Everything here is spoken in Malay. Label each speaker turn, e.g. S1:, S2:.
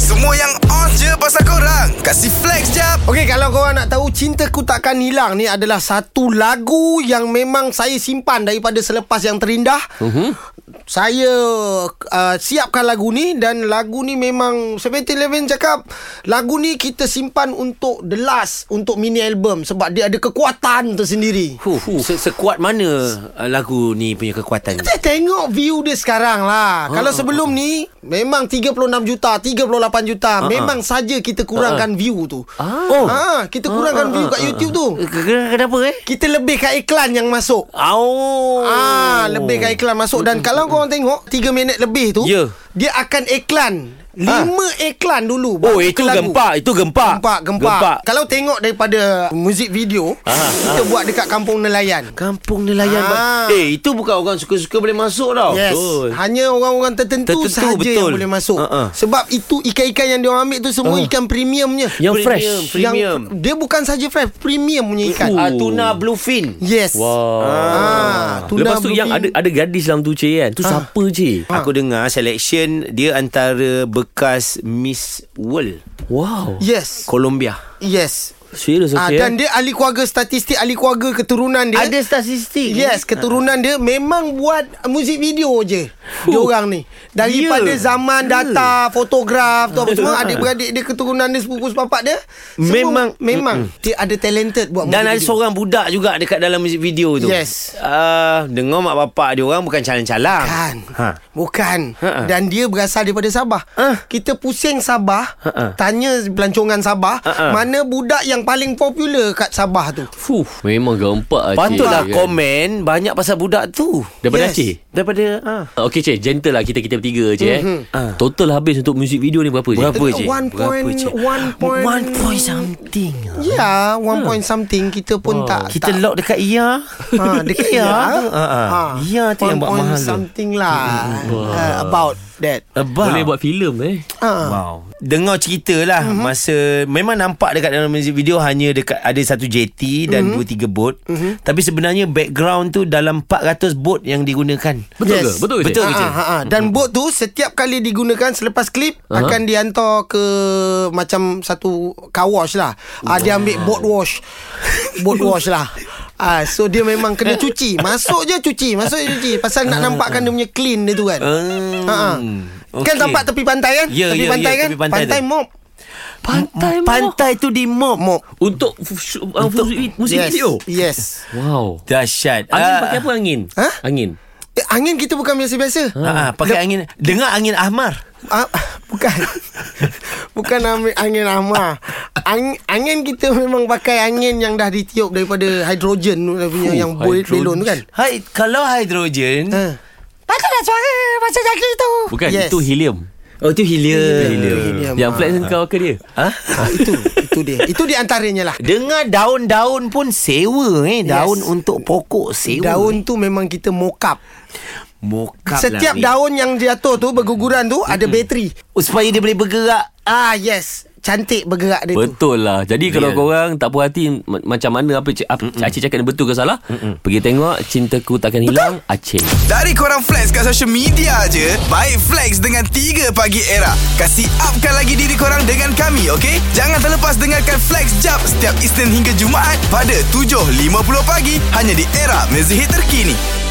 S1: Semua yang on je pasal korang Kasih flex jap
S2: Okey, kalau korang nak tahu Cinta Ku Takkan Hilang ni adalah satu lagu yang memang saya simpan daripada selepas yang terindah.
S3: Mhm.
S2: Uh-huh. Saya uh, siapkan lagu ni dan lagu ni memang 7-Eleven cakap lagu ni kita simpan untuk the last untuk mini album sebab dia ada kekuatan tersendiri.
S3: Huh, se- sekuat mana uh, lagu ni punya kekuatan?
S2: Kita tengok view dia sekarang
S3: Ah,
S2: lah. Kalau sebelum ni memang 36 juta, 38 juta. Memang saja kita kurangkan view tu.
S3: Ah.
S2: Ha, kita kurangkan view kat YouTube tu.
S3: Ke- Kenapa eh?
S2: Kita lebih kat iklan yang masuk.
S3: Oh. Hmm.
S2: Ah, lebih kat iklan masuk dan kalau korang tengok 3 minit lebih tu,
S3: Ya. Ah.
S2: dia akan iklan. 5 iklan dulu.
S3: Oh,
S2: baru
S3: itu
S2: ke lagu.
S3: gempak, itu gempak.
S2: Gempak, gempak.
S3: Gempak. Ah,
S2: Kalau tengok daripada muzik video, kita buat dekat Kampung Nelayan.
S3: Kampung nelayan.
S2: Ah.
S3: Ah. Eh, itu bukan orang suka-suka boleh masuk tau.
S2: Yes
S3: Betul.
S2: Hanya orang-orang tertentu,
S3: Tertentu,
S2: sahaja
S3: betul.
S2: yang boleh masuk
S3: Ha, ha.
S2: Sebab itu ikan-ikan yang diorang ambil tu Semua ikan premiumnya
S4: Yang fresh.
S3: Premium.
S2: Yang, dia bukan saja fresh Premium punya ikan
S3: Ah, tuna bluefin.
S2: Yes
S4: Wah.
S2: Ah,
S4: Tuna Lepas tu yang ada ada gadis dalam tu cik kan. Tu siapa cik?
S3: Aku dengar selection dia antara bekas Miss World
S4: Wow.
S2: Yes
S3: Colombia.
S2: Yes
S4: Serius
S2: Ah,
S4: okay,
S2: dan dia ahli keluarga statistik, ahli keluarga keturunan dia.
S3: Ada statistik.
S2: Yes, keturunan dia memang buat muzik video je. Dia orang ni. Daripada
S3: Ya.
S2: zaman data, fotograf tu apa semua, adik-beradik dia keturunan dia sepupu sepapak dia.
S3: Memang-
S2: semua, memang dia ada talented buat
S3: Dan ada
S2: muzik video.
S3: seorang budak juga dekat dalam music video tu.
S2: Yes.
S3: Uh, dengar mak bapak dia orang bukan calang-calang.
S2: Bukan.
S3: Ha.
S2: Ha. Bukan.
S3: Ha-ha.
S2: Dan dia berasal daripada Sabah.
S3: Ah.
S2: Kita pusing Sabah, tanya pelancongan Sabah,
S3: Ha-ha.
S2: mana budak yang paling popular kat Sabah tu.
S4: Fuh, memang gempak cik.
S3: Patutlah
S4: Kan.
S3: komen banyak pasal budak tu.
S4: Daripada
S2: Yes.
S4: cik.
S3: Daripada ah.
S4: Okey cik, gentle lah kita kita bertiga cik mm-hmm. eh. Total habis untuk music video ni berapa cik?
S3: Berapa cik?
S2: One
S3: Berapa,
S2: point-
S3: cik?
S2: one point-
S3: One point something.
S2: Ya, one point something kita pun tak
S3: Kita
S2: tak,
S3: lock dekat Ia.
S2: Ha, dekat
S3: Iya.
S2: ya.
S3: Ha, ha. Iya tu yang buat mahal tu. Mm-hmm.
S2: something lah uh, about that.
S3: Abang.
S4: Boleh buat filem eh.
S2: Ha.
S3: Wow. Dengar cerita lah
S2: Mhm.
S3: mm-hmm. masa memang nampak dekat dalam music video hanya dekat ada satu jeti
S2: Mhm.
S3: dan mm-hmm. dua tiga bot. Mm-hmm. Tapi sebenarnya background tu dalam 400 bot yang digunakan.
S4: Betul
S2: Yes.
S4: ke? Betul ke cik?
S3: Betul Mm-hmm.
S2: Ha,
S3: ke
S2: ha,
S3: cik?
S2: ha. Dan bot tu setiap kali digunakan selepas klip uh-huh. akan dihantar ke macam satu car wash lah. Ah dia ambil boat wash. boat wash lah. Ah so dia memang kena cuci. Masuk je cuci, masuk je cuci pasal nak nampakkan dia punya clean dia tu kan.
S3: Ah. Hmm.
S2: Ha. ha. Kan
S3: Okey.
S2: nampak tepi pantai kan?
S3: Ya,
S2: tepi
S3: ya,
S2: pantai
S3: ya,
S2: kan?
S3: tepi pantai
S2: pantai
S3: tu.
S2: mop.
S4: Pantai
S3: Pantai tu di mop.
S2: Mop.
S4: Untuk, f- uh, music, music
S2: Yes.
S4: video.
S2: Yes.
S4: Wow.
S3: Dahsyat.
S4: Angin
S3: Ah,
S4: pakai apa angin?
S2: Ha?
S4: Angin.
S2: Eh, angin kita bukan biasa-biasa.
S3: Ah, ah, pakai angin. Dengar angin ahmar.
S2: Ah, bukan. bukan ambil angin lama. Angin, angin kita memang pakai angin yang dah ditiup daripada hidrogen tu dia
S3: Oh,
S2: punya yang bol-
S4: hidrogen.
S2: belon tu kan.
S3: Hai, kalau hidrogen.
S2: Ha. Takkanlah suara macam jaki tu.
S4: Bukan,
S2: Yes.
S4: itu helium.
S3: Oh tu helium.
S2: Helium.
S4: Yang flex dengan kau ke dia?
S3: Ha?
S2: Ah, itu itu dia. Itu di antaranya lah.
S3: Dengar daun-daun pun sewa eh.
S2: Yes.
S3: Daun untuk pokok sewa.
S2: Daun tu memang kita mokap.
S3: Mokap
S2: Setiap
S3: lah, ni.
S2: daun yang jatuh tu berguguran tu ada bateri.
S3: Oh, supaya dia boleh bergerak.
S2: Ah yes, cantik bergerak dia tu.
S4: Betul lah. Jadi kalau korang tak puas hati ma- macam mana apa cik, apa, Acik cakap ni betul ke salah, Mm-mm. pergi tengok Cintaku Takkan Hilang Acik.
S1: Dari korang flex kat social media je Baik flex dengan 3 pagi era Kasih upkan lagi diri korang dengan kami okay? Jangan terlepas dengarkan flex jap Setiap Isnin hingga Jumaat Pada 7.50 pagi Hanya di era mezihit terkini